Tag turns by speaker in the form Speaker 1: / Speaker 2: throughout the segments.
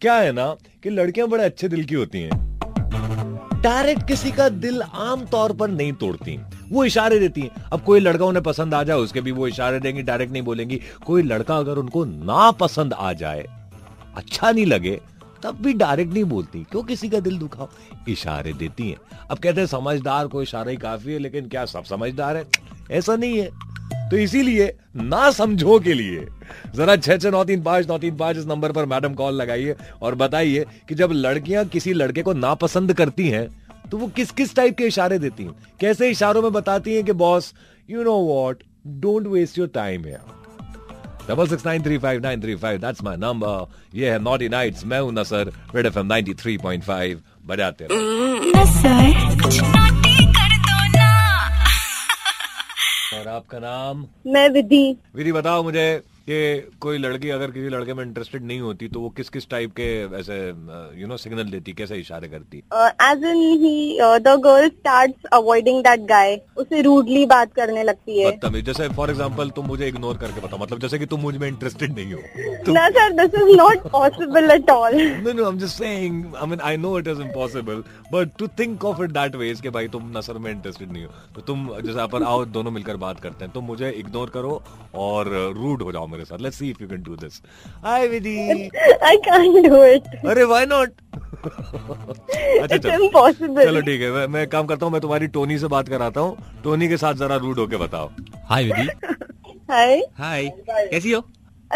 Speaker 1: क्या है ना कि लड़कियां बड़े अच्छे दिल की होती हैं डायरेक्ट किसी का दिल आम तौर पर नहीं तोड़ती वो इशारे देती हैं अब कोई लड़का उन्हें पसंद आ जाए उसके भी वो इशारे देंगी डायरेक्ट नहीं बोलेंगी कोई लड़का अगर उनको ना पसंद आ जाए अच्छा नहीं लगे तब भी डायरेक्ट नहीं बोलती क्यों किसी का दिल दुखाओ इशारे देती हैं अब कहते हैं समझदार को इशारा ही काफी है लेकिन क्या सब समझदार है ऐसा नहीं है तो इसीलिए ना समझो के लिए जरा छह छह नौ तीन पांच नौ तीन पांच इस नंबर पर मैडम कॉल लगाइए और बताइए कि जब लड़कियां किसी लड़के को नापसंद करती हैं तो वो किस किस टाइप के इशारे देती हैं कैसे इशारों में बताती हैं कि boss you know what don't waste your time है double six nine three five nine three five that's my number ये है नॉटी नाइट्स मैं हूं Nasar red F M ninety three point five बजाते रहो
Speaker 2: सर कुछ naughty कर दो ना
Speaker 1: और आपका नाम
Speaker 3: मैं विधि
Speaker 1: विधि बताओ मुझे कि कोई लड़की अगर किसी लड़के में इंटरेस्टेड नहीं होती तो वो किस किस टाइप के ऐसे यू नो सिग्नल देती कैसे इशारे करती
Speaker 3: एज इन ही the girl start avoiding that guy उसे रूडली बात करने लगती है
Speaker 1: बदतमीज जैसे फॉर एग्जाम्पल तुम मुझे इग्नोर करके बताओ मतलब जैसे कि तुम मुझ में इंटरेस्टेड नहीं हो तुम
Speaker 3: ना sir this is not possible at all
Speaker 1: No, no, I'm just saying. I mean, I know it is impossible, but to think of it that way is कि भाई तुम नसर में इंटरेस्टेड नहीं हो तो तुम जैसे अपन आओ दोनों मिलकर बात करते हैं तुम मुझे इग्नोर करो और रूड हो जाओ मेरे साथ let's see if you can do this hi Vidhi
Speaker 3: I can do it
Speaker 1: अरे व्हाई नॉट अच्छा
Speaker 3: इट्स
Speaker 1: चलो चलो
Speaker 3: इम्पॉसिबल
Speaker 1: ठीक है मैं, मैं एक काम करता हूँ मैं तुम्हारी टोनी से बात कराता हूँ टोनी के साथ जरा रूड होके बताओ
Speaker 4: हाय विधि
Speaker 3: हाय
Speaker 4: हाय कैसी हो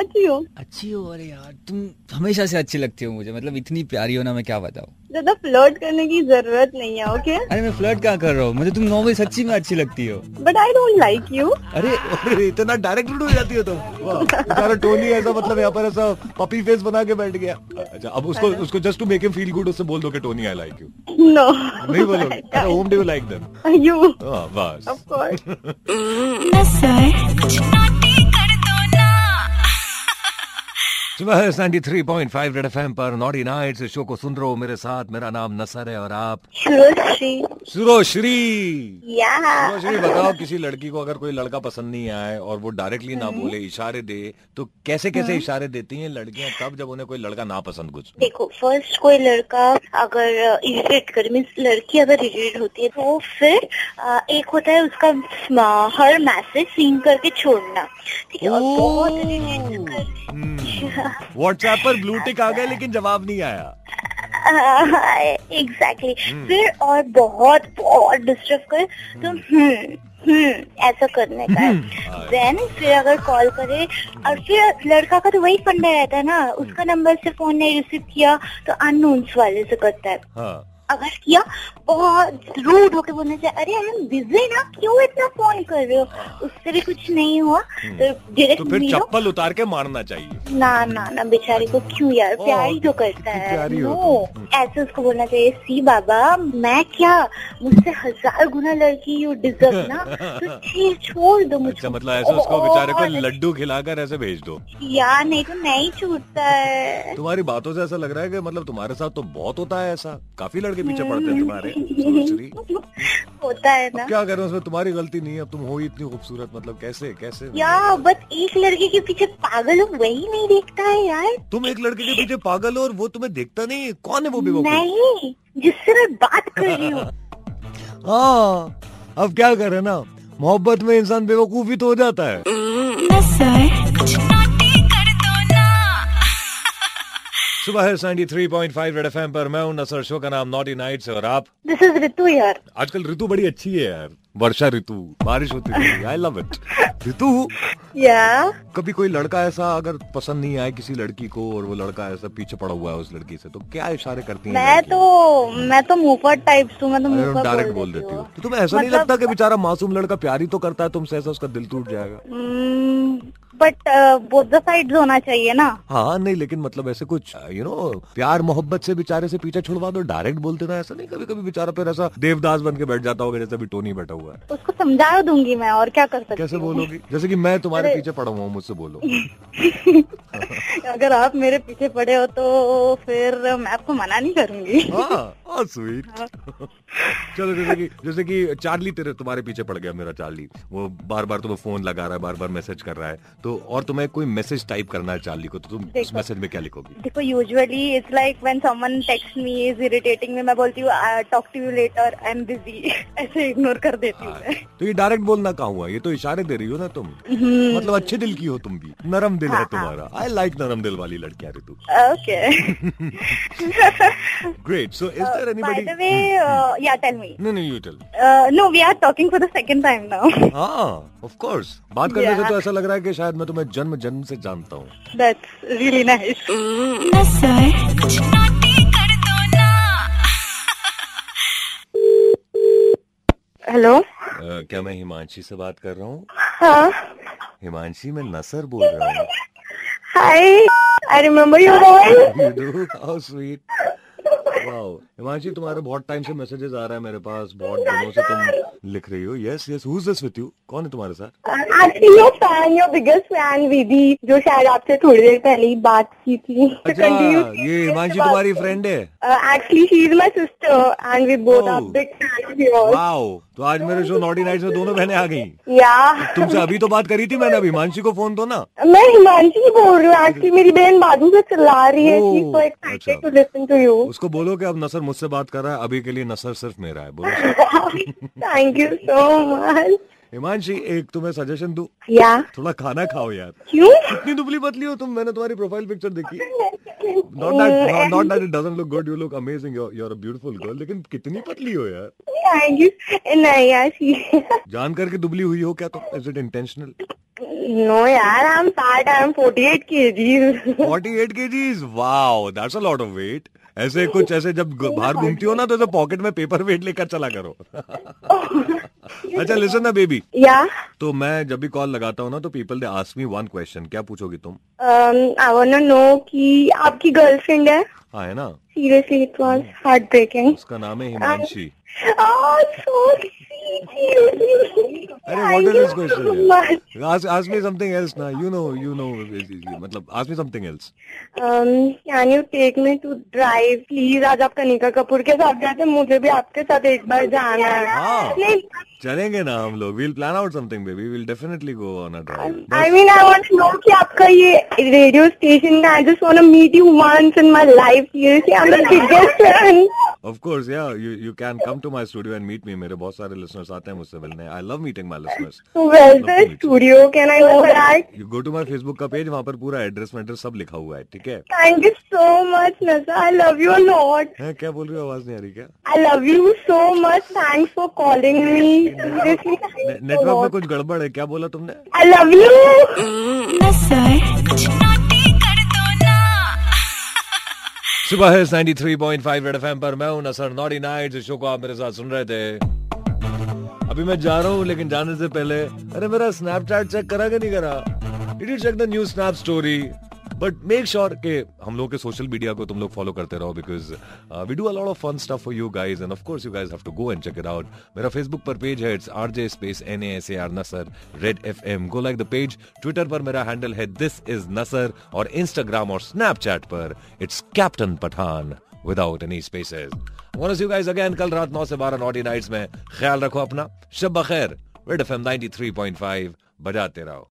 Speaker 3: अच्छी हो
Speaker 4: अच्छी हो अरे यार तुम हमेशा से अच्छी लगती हो मुझे मतलब इतनी प्यारी हो ना मैं क्या बताऊँ
Speaker 3: ज्यादा फ्लर्ट करने की जरूरत नहीं है ओके
Speaker 4: अरे मैं फ्लर्ट क्या कर रहा हूँ मुझे तुम नॉर्मल सच्ची में अच्छी लगती हो
Speaker 3: but I don't like you
Speaker 1: अरे अरे इतना डायरेक्ट रूड हो जाती हो तुम वाह, बेचारा टोनी ऐसा मतलब यहाँ पर ऐसा पपी फेस बना के बैठ गया अच्छा अब उसको उसको just to make him feel good उससे बोल दो कि Tony I like you
Speaker 3: no
Speaker 5: Oh
Speaker 1: नहीं अच्छा, बोलोगे अरे home do like them
Speaker 3: you
Speaker 1: Oh, बस
Speaker 5: Oh.
Speaker 3: ऑफ कोर्स
Speaker 2: सर कुछ naughty कर दो ना
Speaker 1: सुबह 93.5 रेड एफएम पर नॉटी नाइट इस शो को सुन रहे हो मेरे साथ मेरा नाम नसर है और आप
Speaker 3: श्री
Speaker 1: सुरोश्री
Speaker 3: या
Speaker 1: रोशनी बताओ किसी लड़की को अगर कोई लड़का पसंद नहीं आए और वो डायरेक्टली ना बोले इशारे दे तो कैसे कैसे इशारे देती हैं लड़कियां तब जब उन्हें कोई लड़का ना पसंद कुछ
Speaker 5: देखो फर्स्ट कोई लड़का अगर uh, इरिटेट कर मीन्स लड़की अगर इरिटेट होती है तो फिर अ, एक होता है उसका uh, म- हर मैसेज सीन करके छोड़ना ठीक है और बहुत इरिटेट कर
Speaker 1: व्हाट्सएप पर ब्लू टिक आ गया लेकिन जवाब नहीं आया
Speaker 5: एग्जैक्टली फिर और बहुत बहुत डिस्टर्ब करे तो हम्म हम्म ऐसा करने का है देन फिर अगर कॉल करे और फिर लड़का का तो वही फंडा रहता है ना उसका नंबर से फोन नहीं रिसीव किया तो अननोन्स वाले से करता है
Speaker 1: हाँ
Speaker 5: अगर किया बहुत रूड होके बोलना चाहिए अरे आई एम बिजी ना क्यों इतना फोन कर रहे हो उससे भी कुछ नहीं हुआ तो
Speaker 1: हाँ। तो
Speaker 5: डायरेक्ट
Speaker 1: फिर
Speaker 5: मिलो
Speaker 1: चप्पल उतार के मारना चाहिए
Speaker 5: ना ना ना बेचारे को क्यों यार
Speaker 1: ओ,
Speaker 5: प्यार ही तो करता
Speaker 1: कितनी
Speaker 5: है
Speaker 1: प्यारी हो
Speaker 5: नो
Speaker 1: तुम। हम्म।
Speaker 5: ऐसे उसको बोलना चाहिए सी बाबा मैं क्या मुझसे हजार गुना लड़की यू डिजर्व ना तो ठीक छोड़ दो मुझे
Speaker 1: अच्छा मतलब ऐसे उसको बेचारे को लड्डू खिलाकर ऐसे भेज दो
Speaker 5: यार नहीं तो नहीं छूटता है
Speaker 1: तुम्हारी बातों से ऐसा लग रहा है कि मतलब तुम्हारे साथ तो बहुत होता है ऐसा काफी लड़के
Speaker 5: हम्म।
Speaker 1: पीछे पड़ते हैं तुम्हारे सुरोश्री
Speaker 5: होता है
Speaker 1: अब
Speaker 5: ना
Speaker 1: क्या करें उसमें तुम्हारी गलती नहीं है अब तुम हो ही इतनी खूबसूरत मतलब कैसे कैसे
Speaker 5: यार बस एक लड़के के पीछे पागल हो वही नहीं देखता है यार
Speaker 1: तुम एक लड़के के पीछे पागल हो और वो तुम्हें देखता नहीं है। कौन है वो बेवकूफ
Speaker 5: नहीं जिससे मैं बात कर रही हूँ
Speaker 1: हाँ अब क्या करे ना मोहब्बत में इंसान बेवकूफ ही तो हो जाता है
Speaker 2: सर कुछ naughty कर दो ना
Speaker 1: सुबह है 93.5 रेड एफएम पर मैं हूँ नसर शो का नाम नॉटी नाइट्स और आप
Speaker 5: दिस इज ऋतु यार
Speaker 1: आजकल ऋतु बड़ी अच्छी है यार वर्षा ऋतु बारिश होती है आई लव इट ऋतु
Speaker 5: या
Speaker 1: कभी कोई लड़का ऐसा अगर पसंद नहीं आए किसी लड़की को और वो लड़का ऐसा पीछे पड़ा हुआ है उस लड़की से तो क्या इशारे करती है
Speaker 5: मैं तो मैं तो मुफर टाइप हूँ मैं तो मुफर
Speaker 1: डायरेक्ट बोल देती हूँ तो तुम्हें ऐसा नहीं
Speaker 5: मतलब,
Speaker 1: लगता कि बेचारा मासूम लड़का प्यारी तो करता है तुमसे ऐसा उसका दिल टूट जाएगा
Speaker 5: Hmm, but both the side होना चाहिए ना
Speaker 1: हाँ नहीं लेकिन मतलब ऐसे कुछ यू नो प्यार मोहब्बत से बेचारे से पीछा छुड़वा दो डायरेक्ट बोलते ना ऐसा नहीं कभी कभी बेचारा फिर ऐसा देवदास बन के बैठ जाता होगा जैसे अभी टोनी बैठा हुआ है
Speaker 5: उसको समझा दूंगी मैं और क्या कर सकती
Speaker 1: कैसे
Speaker 5: हूँ
Speaker 1: बोलोगी जैसे कि मैं तुम्हारे पीछे पड़ा हुआ हूँ मुझसे बोलो
Speaker 5: अगर आप मेरे पीछे पड़े हो तो फिर मैं आपको मना नहीं करूंगी
Speaker 1: हाँ हाउ स्वीट चलो जैसे कि जैसे कि चार्ली तेरे तुम्हारे पीछे पड़ गया मेरा चार्ली वो बार बार तुम्हें फोन लगा रहा है बार बार मैसेज कर रहा है तो और तुम्हें कोई मैसेज टाइप करना है चार्ली को तो तुम उस
Speaker 5: देखो।
Speaker 1: मैसेज में क्या लिखोगी
Speaker 5: देखो usually it's like when someone text me is irritating me मैं बोलती हूँ talk to you later I am busy ऐसे इग्नोर कर देती हूँ
Speaker 1: हाँ,
Speaker 5: मैं
Speaker 1: तो ये डायरेक्ट बोलना कहाँ हुआ ये तो इशारे दे रही हो ना तुम मतलब अच्छे दिल की हो तुम भी नरम दिल है तुम्हारा आई लाइक नरम दिल वाली लड़कियां Ritu
Speaker 5: okay
Speaker 1: great so is there
Speaker 5: by the
Speaker 1: anybody
Speaker 5: way या टेल मी
Speaker 1: नहीं नहीं you tell
Speaker 5: no we are talking for the second time now
Speaker 1: हाँ ऑफ कोर्स बात करने से
Speaker 5: Yeah.
Speaker 1: तो ऐसा लग रहा है कि शायद मैं तुम्हें जन्म जन्म से जानता हूँ
Speaker 5: दैट्स रियली नाइस
Speaker 2: ना सर कुछ नाटी कर दो ना
Speaker 5: हेलो
Speaker 1: अ, Uh, क्या मैं हिमांशी से बात कर रहा हूँ
Speaker 5: हाँ
Speaker 1: हिमांशी मैं नसर बोल रहा हूँ
Speaker 5: hi I remember your voice
Speaker 1: You do? How sweet. Wow. Himanshi तुम्हारे बहुत टाइम से मैसेजेस आ रहा है मेरे पास बहुत दिनों से तुम लिख रही हो yes yes who is this with you कौन है तुम्हारे साथ
Speaker 5: actually your fan your biggest fan Vidhi जो शायद आपसे थोड़ी देर पहले ही बात की थी
Speaker 1: अच्छा ये हिमांशी तुम्हारी फ्रेंड है
Speaker 5: Uh, actually she is my sister and we both are
Speaker 1: Oh.
Speaker 5: Big fan your
Speaker 1: wow तो आज मेरे शो नॉटी नाइट्स में दोनों बहनें आ गई
Speaker 5: या
Speaker 1: तुमसे अभी तो बात करी थी मैंने अब हिमांशी को फोन दो ना
Speaker 5: मैं हिमांशी बोल रही हूँ एक्चुअली मेरी बहन बाजू से चिल्ला रही है
Speaker 1: Oh,
Speaker 5: शी सो एक्साइटेड
Speaker 1: अच्छा।
Speaker 5: टू लिसन टू यू
Speaker 1: उसको बोलो कि अब नसर मुझसे बात कर रहा है अभी के लिए नसर सिर्फ मेरा है बोलो
Speaker 5: thank you so much
Speaker 1: Himanshi एक तुम्हें सजेशन दूं
Speaker 5: या
Speaker 1: थोड़ा खाना खाओ यार
Speaker 5: क्यों
Speaker 1: कितनी दुबली पतली हो तुम मैंने तुम्हारी प्रोफाइल पिक्चर देखी Not that, not, not
Speaker 5: thank
Speaker 1: that it doesn't look good. You look amazing. You're, you're a beautiful girl. लेकिन कितनी पतली हो यार
Speaker 5: यू नहीं यार शी
Speaker 1: जान करके दुबली हुई हो क्या तुम is it intentional
Speaker 5: No, yaar, I'm fat. I'm 48 kgs.
Speaker 1: 48 kgs wow that's a lot of weight ऐसे कुछ ऐसे जब ग- बाहर घूमती हो ना तो ऐसे पॉकेट में पेपर वेट लेकर चला करो अच्छा लिसन ना बेबी
Speaker 5: yeah.
Speaker 1: तो मैं जब भी कॉल लगाता हूँ ना तो people they ask me one question क्या पूछोगी तुम
Speaker 5: Um, I wanna know कि आपकी गर्लफ्रेंड है
Speaker 1: हाँ है ना
Speaker 5: seriously it was
Speaker 1: Hmm.
Speaker 5: Heart breaking
Speaker 1: उसका नाम है हिमांशी
Speaker 5: Oh,
Speaker 1: अरे what is this question ask ask me something else ना यू नो यू नो मतलब ask me something else
Speaker 5: Um, can you take me to drive please आज आप कनिका कपूर के साथ जाते मुझे भी आपके साथ एक बार जाना
Speaker 1: हाँ।
Speaker 5: है नहीं
Speaker 1: चलेंगे ना हम लोग will plan out something baby will definitely go on a drive
Speaker 5: I mean I want no कि आपका ये radio station I just want meet you once in my life seriously I am the biggest fan
Speaker 1: of course या you you can come to my studio and meet me मेरे बहुत सारे listeners आते हैं मुझसे मिलने I love meeting my listeners
Speaker 5: Where's the studio? Can I know that?
Speaker 1: You go to my Facebook का page वहां पर पूरा एड्रेस मेड्रेस सब लिखा हुआ है ठीक है
Speaker 5: Thank you so much, Nasa. I love you a lot.
Speaker 1: हैं, क्या बोल रही हो आवाज नहीं आ रही क्या
Speaker 5: I love you so much. Thanks for calling me. Seriously,
Speaker 1: ने-
Speaker 5: thanks a
Speaker 1: नेटवर्क में
Speaker 5: lot.
Speaker 1: कुछ गड़बड़ है क्या बोला तुमने
Speaker 5: I love you.
Speaker 2: ना सर कुछ नाटी कर दो ना
Speaker 1: सुबह है 93.5 रेड एफएम पर मैं हूं नसर नॉटी नाइट शो को आप मेरे साथ सुन रहे थे अभी मैं जा रहा हूं लेकिन जाने से पहले अरे मेरा स्नैपचैट चेक करा कि नहीं करा did you check the new snap story but make sure कि हम लोग के सोशल मीडिया को तुम लोग फॉलो करते रहो uh, because we do a lot of fun stuff for you guys and of course you guys have to go and check it out मेरा फेसबुक पर पेज है it's R J space N S A R Nasar red F M go like the page Twitter पर मेरा handle है this is Nasar और Instagram और Snapchat पर it's captain Pathan without any spaces want you guys again कल रात 9 से 12 नॉटी नाइट्स में ख्याल रखो अपना शब बखैर रेड एफएम 93.5 बजाते रहो